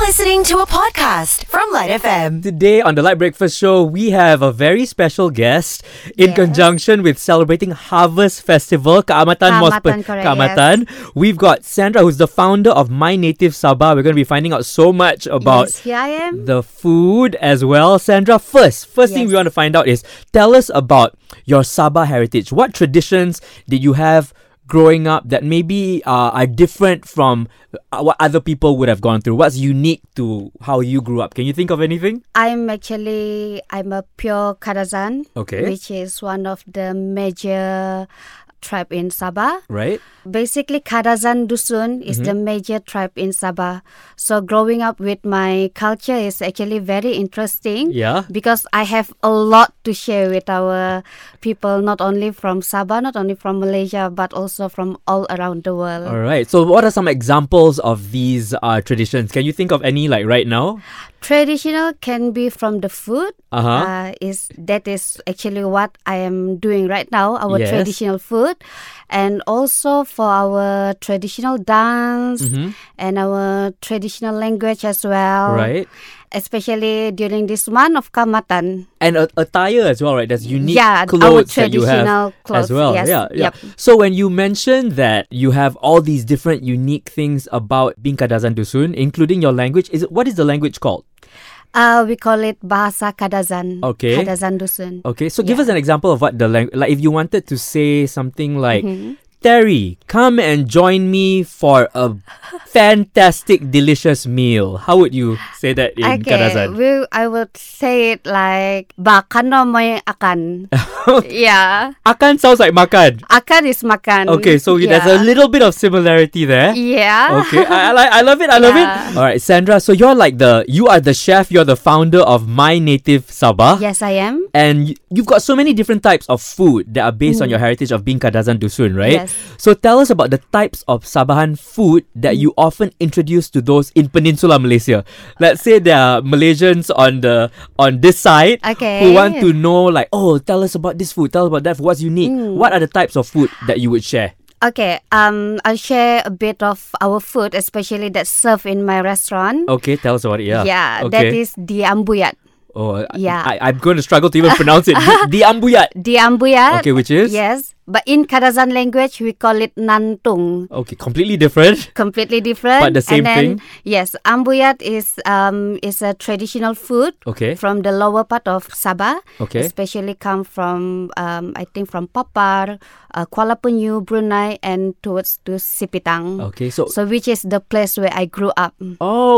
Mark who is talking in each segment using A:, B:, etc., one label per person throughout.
A: listening to a podcast from Light FM.
B: Today on the Light Breakfast Show, we have a very special guest in
C: Yes.
B: conjunction with celebrating Harvest Festival, Kaamatan Mospe-
C: Kaamatan, correct,
B: Kaamatan. We've got Sandra, who's the founder of My Native Sabah. We're going to be finding out so much about
C: Yes, here I am.
B: the food as well. Sandra, first, first thing we
C: Yes.
B: want to find out is tell us about your Sabah heritage. What traditions did you have growing up that maybe uh, are different from uh, what other people would have gone through? What's unique to how you grew up? Can you think of anything?
C: I'm actually I'm a pure Kadazan,
B: Okay.
C: which is one of the major tribe in Sabah.
B: Right?
C: Basically, Kadazan Dusun is
B: Mm-hmm.
C: the major tribe in Sabah. So growing up with my culture is actually very interesting.
B: Yeah.
C: Because I have a lot to share with our people, not only from Sabah, not only from Malaysia, but also from all around the world.
B: All right. So, what are some examples of these uh, traditions? Can you think of any like right now?
C: Traditional can be from the food.
B: Uh huh.
C: Uh, is that is actually what I am doing right now, our
B: Yes.
C: traditional food, and also for our traditional dance
B: Mm-hmm.
C: and our traditional language as well.
B: Right.
C: Especially during this month of Kamatan.
B: and a attire as well, right? That's unique
C: Yeah, our
B: clothes that you have
C: traditional
B: as
C: clothes,
B: well.
C: yes,
B: Yeah, yeah.
C: yep.
B: So when you mentioned that you have all these different unique things about being Kadazan Dusun, including your language, is it, what is the language called?
C: Uh, we call it Bahasa Kadazan.
B: Okay.
C: Kadazan Dusun.
B: Okay, so give us an example of what the language. Like, if you wanted to say something like.
C: Mm-hmm.
B: Terry, come and join me for a fantastic, delicious meal. How would you say that in
C: Okay,
B: Kadazan?
C: we, I would say it like Bakan no may akan. yeah.
B: Akan sounds like makan.
C: Akan is makan.
B: Okay, so there's a
C: Yeah.
B: little bit of similarity there.
C: Yeah.
B: okay, I, I, like, I love it. I love it.
C: Yeah.
B: All right, Sandra. So you're like the you are the chef. You're the founder of My Native Sabah.
C: Yes, I am.
B: And y- you've got so many different types of food that are based on your heritage of being Kadazan Dusun, right?
C: Mm. Yes.
B: So tell us about the types of Sabahan food that you often introduce to those in Peninsula Malaysia. Let's say there are Malaysians on the on this side who
C: Okay.
B: want to know, like, oh, tell us about this food, tell us about that. food, What's unique?
C: Mm.
B: What are the types of food that you would share?
C: Okay, um, I'll share a bit of our food, especially that served in my restaurant.
B: Okay, tell us about it. Oh, Yeah.
C: yeah,
B: Okay.
C: that is diambuyat.
B: Oh, yeah.
C: Yeah.
B: I, I'm going to struggle to even pronounce it. Di- Diambuyat.
C: Diambuyat.
B: Okay, which is?
C: Yes, but in Kadazan language, we call it nantung.
B: Okay, completely different.
C: Completely different.
B: But the same
C: and then,
B: thing?
C: Yes, ambuyat is um is a traditional food.
B: Okay.
C: From the lower part of Sabah,
B: Okay.
C: especially come from um, I think from Papar, uh, Kuala Penyu, Brunei, and towards to Sipitang.
B: Okay, so,
C: So which is the place where I grew up.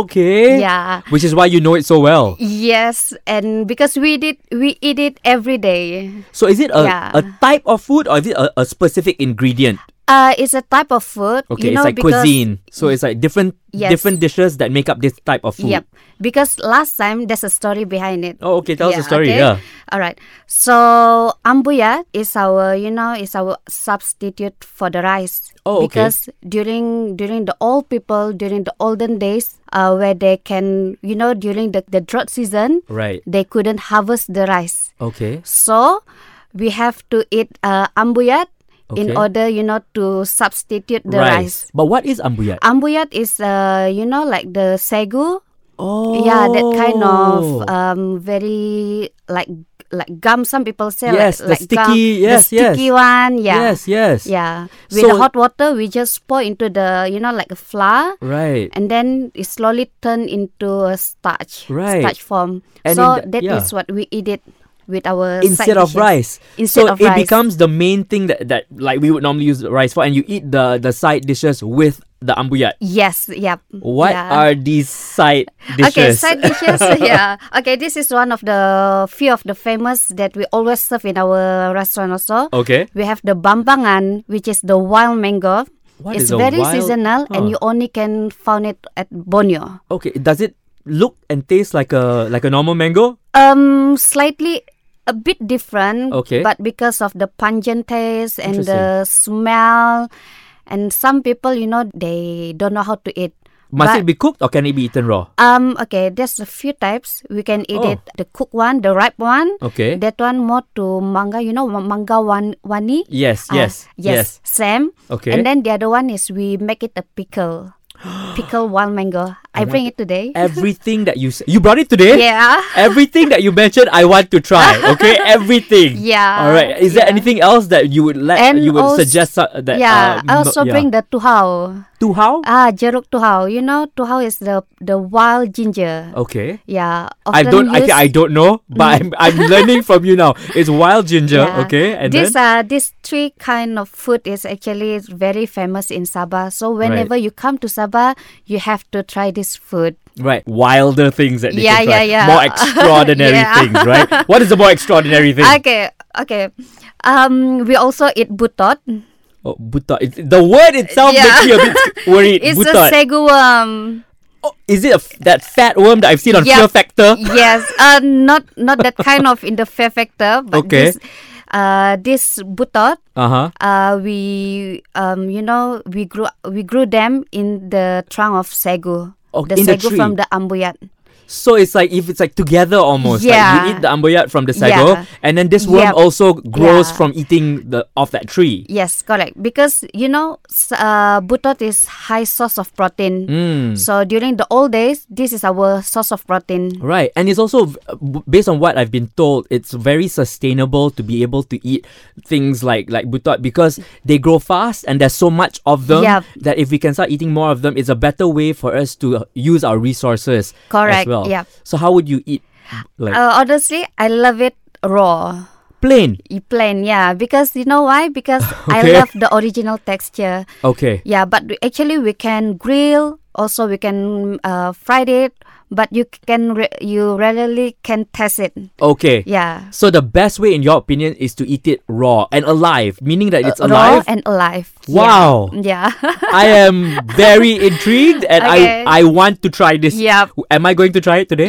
B: okay.
C: Yeah.
B: Which is why you know it so well.
C: Yes, and because we did we eat it every day.
B: So is it a,
C: Yeah.
B: a type of food or is it a, a specific ingredient?
C: Uh, it's a type of food.
B: Okay,
C: you
B: it's
C: know,
B: like
C: because,
B: cuisine. So it's like different
C: Yes.
B: different dishes that make up this type of food.
C: Yep. Because last time there's a story behind it.
B: Oh, okay, tell us the story,
C: okay?
B: yeah.
C: All right. So ambuya is our, you know, is our substitute for the rice.
B: Oh, okay.
C: Because during during the old people during the olden days, uh, where they can, you know, during the the drought season,
B: Right.
C: they couldn't harvest the rice.
B: Okay.
C: So we have to eat uh, ambuyat
B: Okay.
C: in order, you know, to substitute the rice.
B: But what is ambuyat?
C: Ambuyat is, uh, you know, like the sagu.
B: oh.
C: Um, Yeah, that kind of um, very like like gum. Some people say
B: Yes, the
C: like, like gum.
B: sticky- yes,
C: the sticky one. Yeah,
B: Yes, yes.
C: yeah. With
B: So-
C: the hot water, we just pour into the you know like a flour,
B: Right.
C: and then it slowly turn into a starch,
B: Right.
C: starch form.
B: And
C: so
B: in
C: that is
B: the- yeah.
C: what we eat it with our side
B: instead of
C: dishes.
B: rice.
C: Instead
B: so
C: of
B: it
C: rice.
B: becomes the main thing that, that like we would normally use rice for, and you eat the the side dishes with the ambuyat.
C: Yes, yep.
B: What
C: yeah.
B: are these side dishes?
C: Okay, side dishes. yeah. Okay, this is one of the few of the famous that we always serve in our restaurant also.
B: Okay.
C: We have the bambangan, which is the wild mango.
B: What
C: it's
B: is a
C: very
B: wild- Oh.
C: seasonal,
B: Huh.
C: and you only can find it at Borneo.
B: Okay, does it look and taste like a like a normal mango?
C: Um, slightly a bit different.
B: Okay.
C: But because of the pungent taste and
B: Interesting.
C: the smell, and some people, you know, they don't know how to eat.
B: Must
C: But-
B: it be cooked or can it be eaten raw?
C: Um, okay, there's a few types. We can eat
B: Oh.
C: it the cooked one, the ripe one.
B: Okay.
C: That one more to manga, you know, ma- manga wan- wani.
B: yes,
C: Ah,
B: yes,
C: yes, Sam.
B: Okay.
C: And then the other one is we make it a pickle. pickle one mango. I, bring it today.
B: Eh? Everything that you s- you brought it today.
C: yeah.
B: Everything that you mentioned, I want to try. Okay, everything.
C: Yeah.
B: All right. Is there
C: yeah.
B: anything else that you would let Uh,
C: And
B: you would
C: als-
B: suggest uh, that? uh,
C: yeah, I
B: no-
C: also
B: yeah.
C: bring the tuhao.
B: to how?
C: Ah, jeruk tuhao. You know, tuhao is the the wild ginger.
B: Okay.
C: Yeah,
B: Oh. I
C: Uh, often
B: don't. I,
C: used,
B: think I don't know, but I'm, I'm learning from you now. It's wild ginger,
C: yeah.
B: okay, and
C: this
B: then
C: uh this three kind of food is actually very famous in Sabah. So whenever you come to Sabah, you have to try this food.
B: right wilder things that they
C: Yeah,
B: can try.
C: yeah, yeah.
B: more extraordinary
C: Yeah.
B: things, right? What is the more extraordinary thing?
C: Okay, okay. Um, we also eat butot.
B: oh, butot. It, the word itself
C: Yeah.
B: makes me a bit worried.
C: It's
B: butot.
C: a segu worm.
B: Oh, is it a f- that fat worm that I've seen on Fear
C: Yeah.
B: Factor?
C: yes, uh, not not that kind of in the fair factor, but
B: Okay.
C: this, uh, this butot.
B: Uh huh.
C: Uh, we um, you know, we grew we grew them in the trunk of segu.
B: Oh,
C: the
B: in the
C: segu
B: tree.
C: from the ambuyat.
B: So it's like if it's like together almost. Like you
C: Yeah.
B: eat the amboyat from the sago,
C: Yeah.
B: and then this worm
C: Yep.
B: also grows
C: Yeah.
B: from eating the off that tree.
C: Yes, correct. Because you know, s- uh, butot is high source of protein.
B: Mm.
C: So during the old days, this is our source of protein.
B: Right, and it's also v- b- based on what I've been told. It's very sustainable to be able to eat things like like butot because they grow fast and there's so much of them
C: Yep.
B: that if we can start eating more of them, it's a better way for us to uh, use our resources. As
C: Correct,
B: well.
C: yep.
B: So how would you eat like
C: Uh, honestly, I love it raw.
B: plain?
C: E- Plain, yeah, because you know why? Because I
B: Okay.
C: love the original texture.
B: Okay.
C: Yeah, but we- actually we can grill. Also, we can uh, fry it, but you c- can re- you rarely can test it.
B: Okay.
C: Yeah,
B: So the best way, in your opinion, is to eat it raw and alive, meaning that it's
C: Uh, raw
B: alive.
C: and alive.
B: Wow.
C: Yeah. Yeah.
B: I am very intrigued, and
C: Okay.
B: I I want to try this.
C: Yep.
B: Am I going to try it today?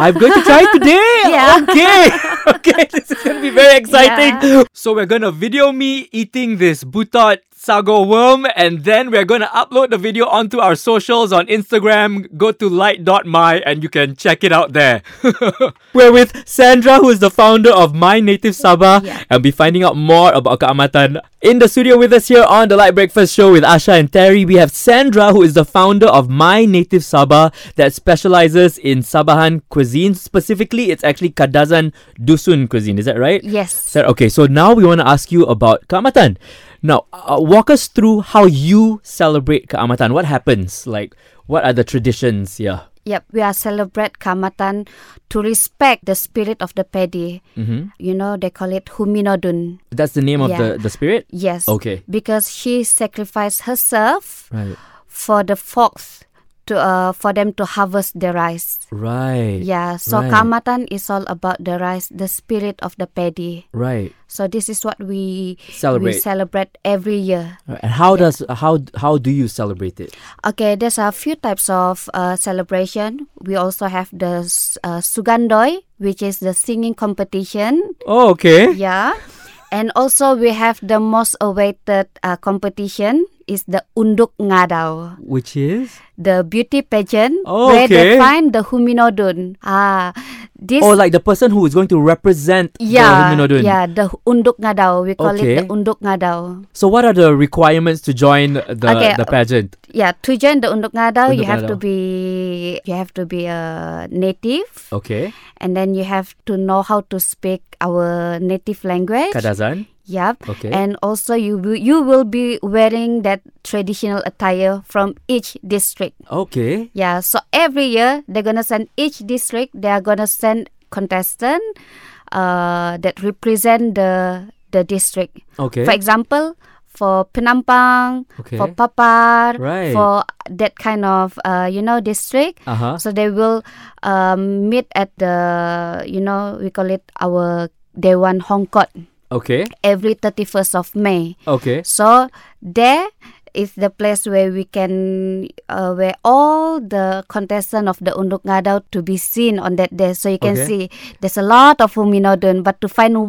B: I'm going to try it today.
C: Yeah.
B: Okay. Okay. This is gonna be very exciting.
C: Yeah.
B: So we're gonna video me eating this butot sago worm, and then we're gonna upload the video onto our socials on Instagram. Go to light.my and you can check it out there. we're with Sandra, who is the founder of My Native Sabah,
C: Yeah.
B: and be finding out more about Kaamatan. In the studio with us here on the Light Breakfast Show with Asha and Terry, we have Sandra, who is the founder of My Native Sabah, that specializes in Sabahan cuisine. Specifically, it's actually Kadazan Dusun cuisine. Is that right?
C: yes.
B: Sir, okay, so now we want to ask you about Kaamatan. Now, uh, walk us through how you celebrate Kaamatan. What happens? Like, what are the traditions? Yeah.
C: Yep, we are celebrate Kamatan to respect the spirit of the pedi.
B: hmm
C: You know, they call it Huminodun.
B: That's the name of
C: Yeah.
B: the, the spirit?
C: Yes.
B: Okay.
C: Because she sacrificed herself
B: Right.
C: for the fox to uh, for them to harvest the rice.
B: Right.
C: Yeah. So
B: Right.
C: Kamatan is all about the rice, the spirit of the pedi.
B: Right.
C: So this is what we we
B: Celebrate.
C: celebrate every year.
B: Right, And how does how how do you celebrate it?
C: Okay, there's a few types of uh, celebration. We also have the s- uh, Sugandoi, which is the singing competition.
B: Oh, okay.
C: Yeah. And also we have the most awaited uh, competition is the Unduk Ngadau,
B: Which is
C: the beauty pageant
B: Oh,
C: where they
B: okay.
C: find the Huminodun. Ah, this
B: oh, like the person who is going to represent
C: yeah,
B: the Minodun.
C: yeah, the Unduk Ngadau. We call it the
B: Okay.
C: Unduk Ngadau.
B: So, what are the requirements to join the
C: Okay, uh,
B: the pageant?
C: Yeah, to join the Unduk Ngadau, you
B: Unduk
C: have to
B: Ngadau.
C: be you have to be a native,
B: Okay,
C: and then you have to know how to speak our native language.
B: Kadazan.
C: Yep.
B: Okay.
C: And also you will you will be wearing that traditional attire from each district.
B: Okay.
C: Yeah. So every year they're gonna send each district they are gonna send contestant uh, that represent the the district.
B: Okay.
C: For example, for Penampang,
B: Okay.
C: for Papar,
B: Right.
C: for that kind of uh, you know district.
B: Uh huh.
C: So they will um, meet at the you know we call it our Dewan Hongkot
B: Okay.
C: every 31st of May.
B: Okay.
C: So there is the place where we can uh, where all the contestant of the Unduk Ngadau to be seen on that day. So you can
B: Okay.
C: see there's a lot of Huminodun, but to find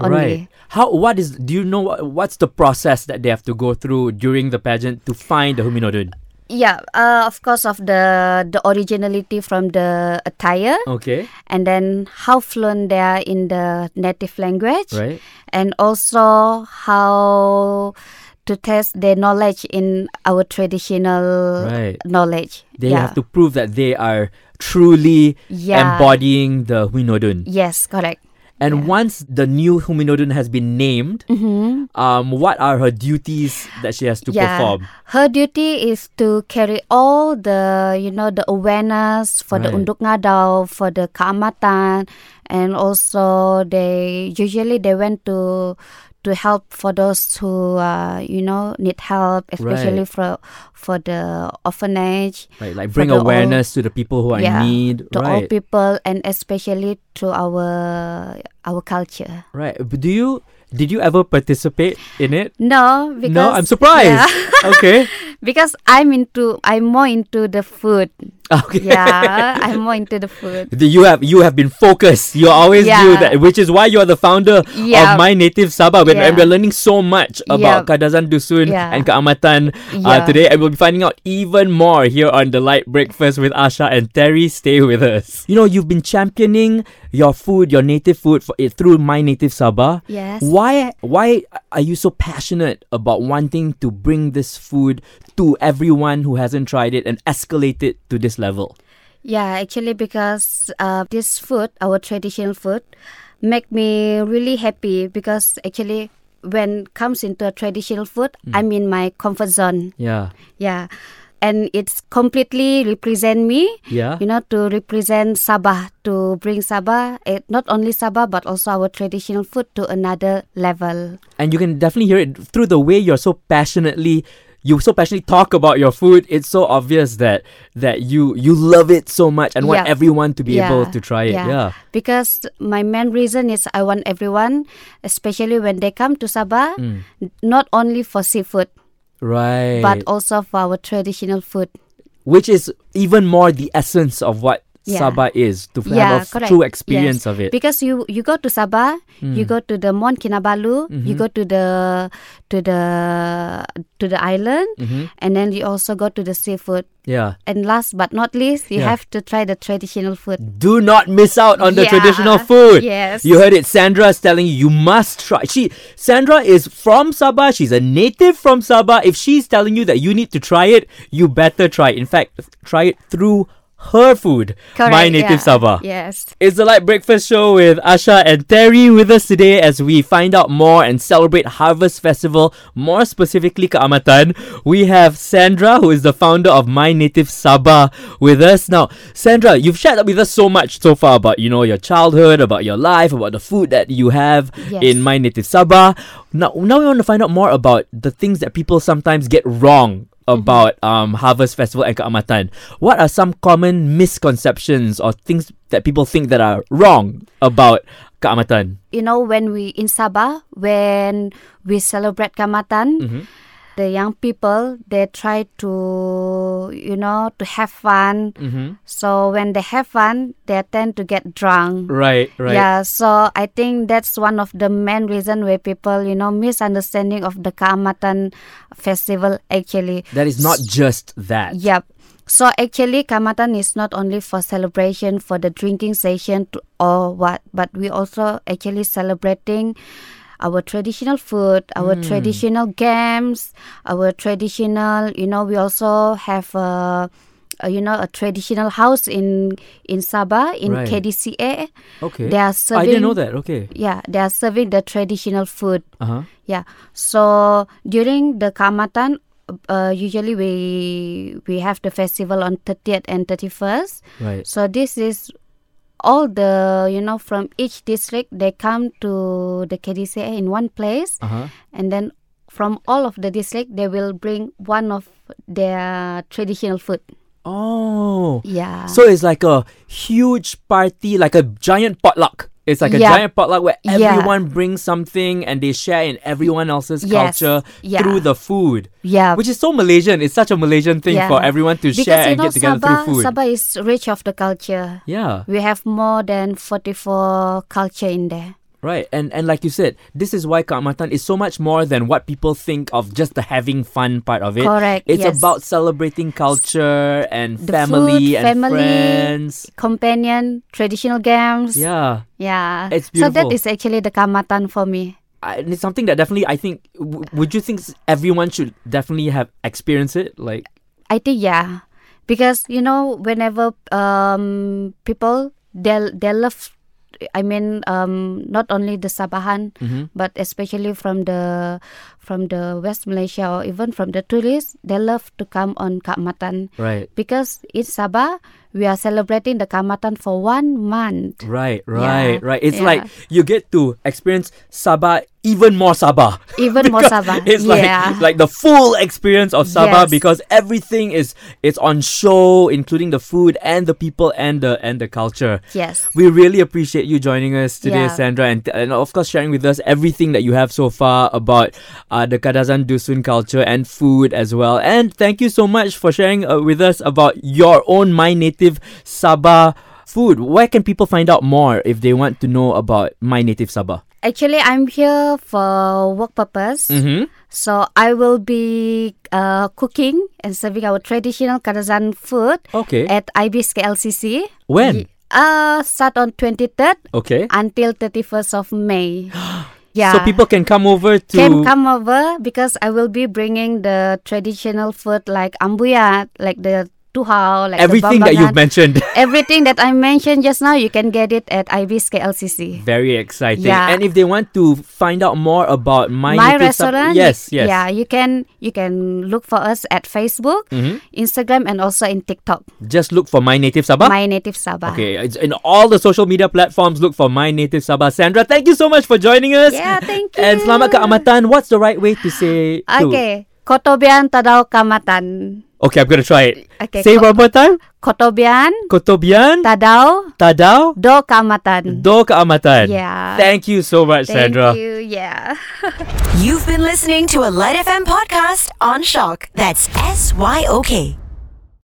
B: Right.
C: only.
B: How? What is? Do you know what, what's the process that they have to go through during the pageant to find the Huminodun?
C: Yeah, uh, of course of the the originality from the attire
B: Okay.
C: and then how fluent they are in the native language
B: Right.
C: and also how to test their knowledge in our traditional
B: Right.
C: knowledge.
B: They
C: yeah.
B: have to prove that they are truly
C: Yeah.
B: embodying the Huinodun.
C: Yes, correct.
B: And once the new Huminodun has been named,
C: Mm-hmm.
B: um, what are her duties that she has to perform?
C: Her duty is to carry all the, you know, the awareness for the
B: Right.
C: Unduk Ngadau, for the Kaamatan, and also they usually they went to to help for those who, uh, you know, need help, especially for for the orphanage,
B: Right, like
C: for
B: bring
C: the
B: awareness to the people who are in
C: yeah,
B: need.
C: to all
B: right,
C: people, and especially to our our culture.
B: right. But do you did you ever participate in it?
C: No, because
B: no, I'm surprised.
C: Yeah,
B: okay,
C: because I'm into I'm more into the food.
B: okay.
C: yeah, I'm more into the food.
B: The- You have you have been focused. You always do
C: Yeah.
B: that, which is why you are the founder of
C: Yeah.
B: my native Sabah. When, and
C: Yeah.
B: we're learning so much about
C: Yeah.
B: Kadazan Dusun
C: Yeah.
B: and Kaamatan uh,
C: Yeah.
B: today, and we'll be finding out even more here on the Light Breakfast with Asha and Terry. Stay with us. You know, you've been championing your food, your native food, for it through my native Sabah.
C: Yes.
B: Why why are you so passionate about wanting to bring this food to everyone who hasn't tried it and escalate it to this level?
C: Yeah, actually, because uh, this food, our traditional food, make me really happy because actually, when comes into a traditional food, I'm in my comfort zone.
B: Yeah.
C: Yeah, and it's completely represent me.
B: Yeah.
C: You know, to represent Sabah, to bring Sabah, eh, not only Sabah but also our traditional food to another level.
B: and you can definitely hear it through the way you're so passionately you so passionately talk about your food it's so obvious that that you you love it so much and want
C: Yeah.
B: everyone to be able
C: Yeah,
B: to try it yeah
C: Because my main reason is I want everyone, especially when they come to Sabah, not only for seafood
B: Mm. right
C: but also for our traditional food.
B: which is even more the essence of what
C: Yeah.
B: sabah is to
C: yeah,
B: have a
C: correct.
B: true experience
C: Yes.
B: of it Mm.
C: Because you you go to Sabah, you go to the Mount Kinabalu,
B: Mm-hmm.
C: you go to the to the to the island,
B: Mm-hmm.
C: and then you also go to the seafood.
B: yeah
C: And last but not least, you
B: Yeah.
C: have to try the traditional food.
B: do not miss out on the
C: Yeah,
B: traditional food.
C: yes.
B: You heard it. Sandra is telling you, you must try. She, Sandra is from Sabah. She's a native from Sabah. If she's telling you that you need to try it, you better try it. In fact, try it through her food. My native
C: yeah.
B: Sabah.
C: Yes.
B: It's the Light Breakfast Show with Asha and Terry with us today as we find out more and celebrate Harvest Festival, more specifically Kaamatan. We have Sandra, who is the founder of My Native Sabah, with us now. Sandra, you've shared with us so much so far about you know your childhood, about your life, about the food that you have
C: Yes.
B: in My Native Sabah. Now, now we want to find out more about the things that people sometimes get wrong about um, Harvest Festival and Kaamatan. What are some common misconceptions or things that people think that are wrong about Kaamatan?
C: you know, when we in Sabah, when we celebrate Kamatan, the young people they try to you know to have fun. So when they have fun, they tend to get drunk.
B: Right, right.
C: Yeah, so I think that's one of the main reason where people, you know, misunderstanding of the Kamatan festival actually.
B: That is not just that.
C: Yep. So actually, Kamatan is not only for celebration for the drinking session to, or what, but we also actually celebrating our traditional food,
B: Hmm.
C: our traditional games, our traditional. You know, we also have a, a you know a traditional house in in Sabah in
B: Right.
C: KDCA.
B: Okay. Oh,
C: They
B: I
C: are
B: didn't
C: serving-
B: know that. Okay.
C: Yeah, they are serving the traditional food.
B: Uh huh.
C: Yeah. So during the Kamatan, uh, usually we we have the festival on 30th and 31st.
B: Right.
C: So this is all the you know from each district they come to the KDCA in one place,
B: Uh huh.
C: and then from all of the district they will bring one of their traditional food.
B: Oh.
C: Yeah.
B: So it's like a huge party, like a giant potluck. It's like a
C: Yeah.
B: giant potluck where
C: Yeah.
B: everyone brings something and they share in everyone else's
C: Yes.
B: culture
C: Yeah.
B: through the food.
C: yeah.
B: Which is so Malaysian. It's such a Malaysian thing
C: Yeah.
B: for everyone to
C: because
B: share and
C: you know
B: get together
C: Sabah,
B: through food.
C: Sabah is rich of the culture.
B: Yeah,
C: We have more than 44 culture in there.
B: right. And and like you said, this is why Kaamatan is so much more than what people think of just the having fun part of it.
C: Correct,
B: It's
C: yes.
B: about celebrating culture and
C: The
B: family
C: food,
B: and
C: family.
B: friends.
C: companion, traditional games.
B: Yeah.
C: Yeah.
B: It's
C: So that
B: beautiful.
C: is actually the kamatan for me.
B: I- and it's something that definitely I think. W- would you think s- everyone should definitely have experienced it? Like,
C: I think yeah, because you know whenever um people they they love, I mean um not only the Sabahan
B: Mhm.
C: but especially from the from the West Malaysia or even from the tourists they love to come on Kamatan
B: right,
C: because in Sabah we are celebrating the Kamatan for one month.
B: right, right,
C: Yeah,
B: right. It's
C: yeah.
B: like you get to experience Sabah even more Sabah.
C: Even more
B: Because
C: Sabah.
B: It's
C: yeah.
B: like like the full experience of Sabah
C: Yes.
B: because everything is it's on show, including the food and the people and the and the culture.
C: yes.
B: We really appreciate you joining us today,
C: Yeah.
B: Sandra, and, and of course sharing with us everything that you have so far about uh, the Kadazan Dusun culture and food as well. And thank you so much for sharing uh, with us about your own My Native Sabah food. Where can people find out more if they want to know about My Native Sabah?
C: Actually, I'm here for work purpose.
B: Mm-hmm.
C: So I will be uh, cooking and serving our traditional Kadazan food
B: Okay.
C: at IBIS KLCC.
B: when?
C: Uh, start on 23rd
B: Okay.
C: until 31st of May. yeah.
B: So people can come over to
C: uh, can come over because I will be bringing the traditional food like ambuyat, like the tuhao, like
B: everything
C: the
B: that you've mentioned.
C: bambangan. Everything that I mentioned just now, you can get it at IBIS KLCC.
B: Very exciting.
C: Yeah.
B: And if they want to find out more about my,
C: my
B: Native Sab-
C: restaurant
B: yes, yes.
C: yeah you can you can look for us at facebook
B: Mm-hmm.
C: instagram and also in tiktok
B: Just look for my native Sabah.
C: my native sabah
B: okay, it's in all the social media platforms. Look for my native Sabah. Sandra, thank you so much for joining us.
C: Yeah, thank
B: And
C: you.
B: selamat keamatan. What's the right way to say? to-
C: okay kotobian tadao kamatan
B: Okay, I'm gonna try it.
C: Okay,
B: Say
C: ko-
B: one more time.
C: kotobian
B: Kotobian
C: tadao
B: tadao
C: do kamatan
B: do keamatan.
C: Yeah.
B: Thank you so much, Sandra.
C: thank you yeah
A: You've been listening to a Light FM podcast on Shock. That's S Y O K.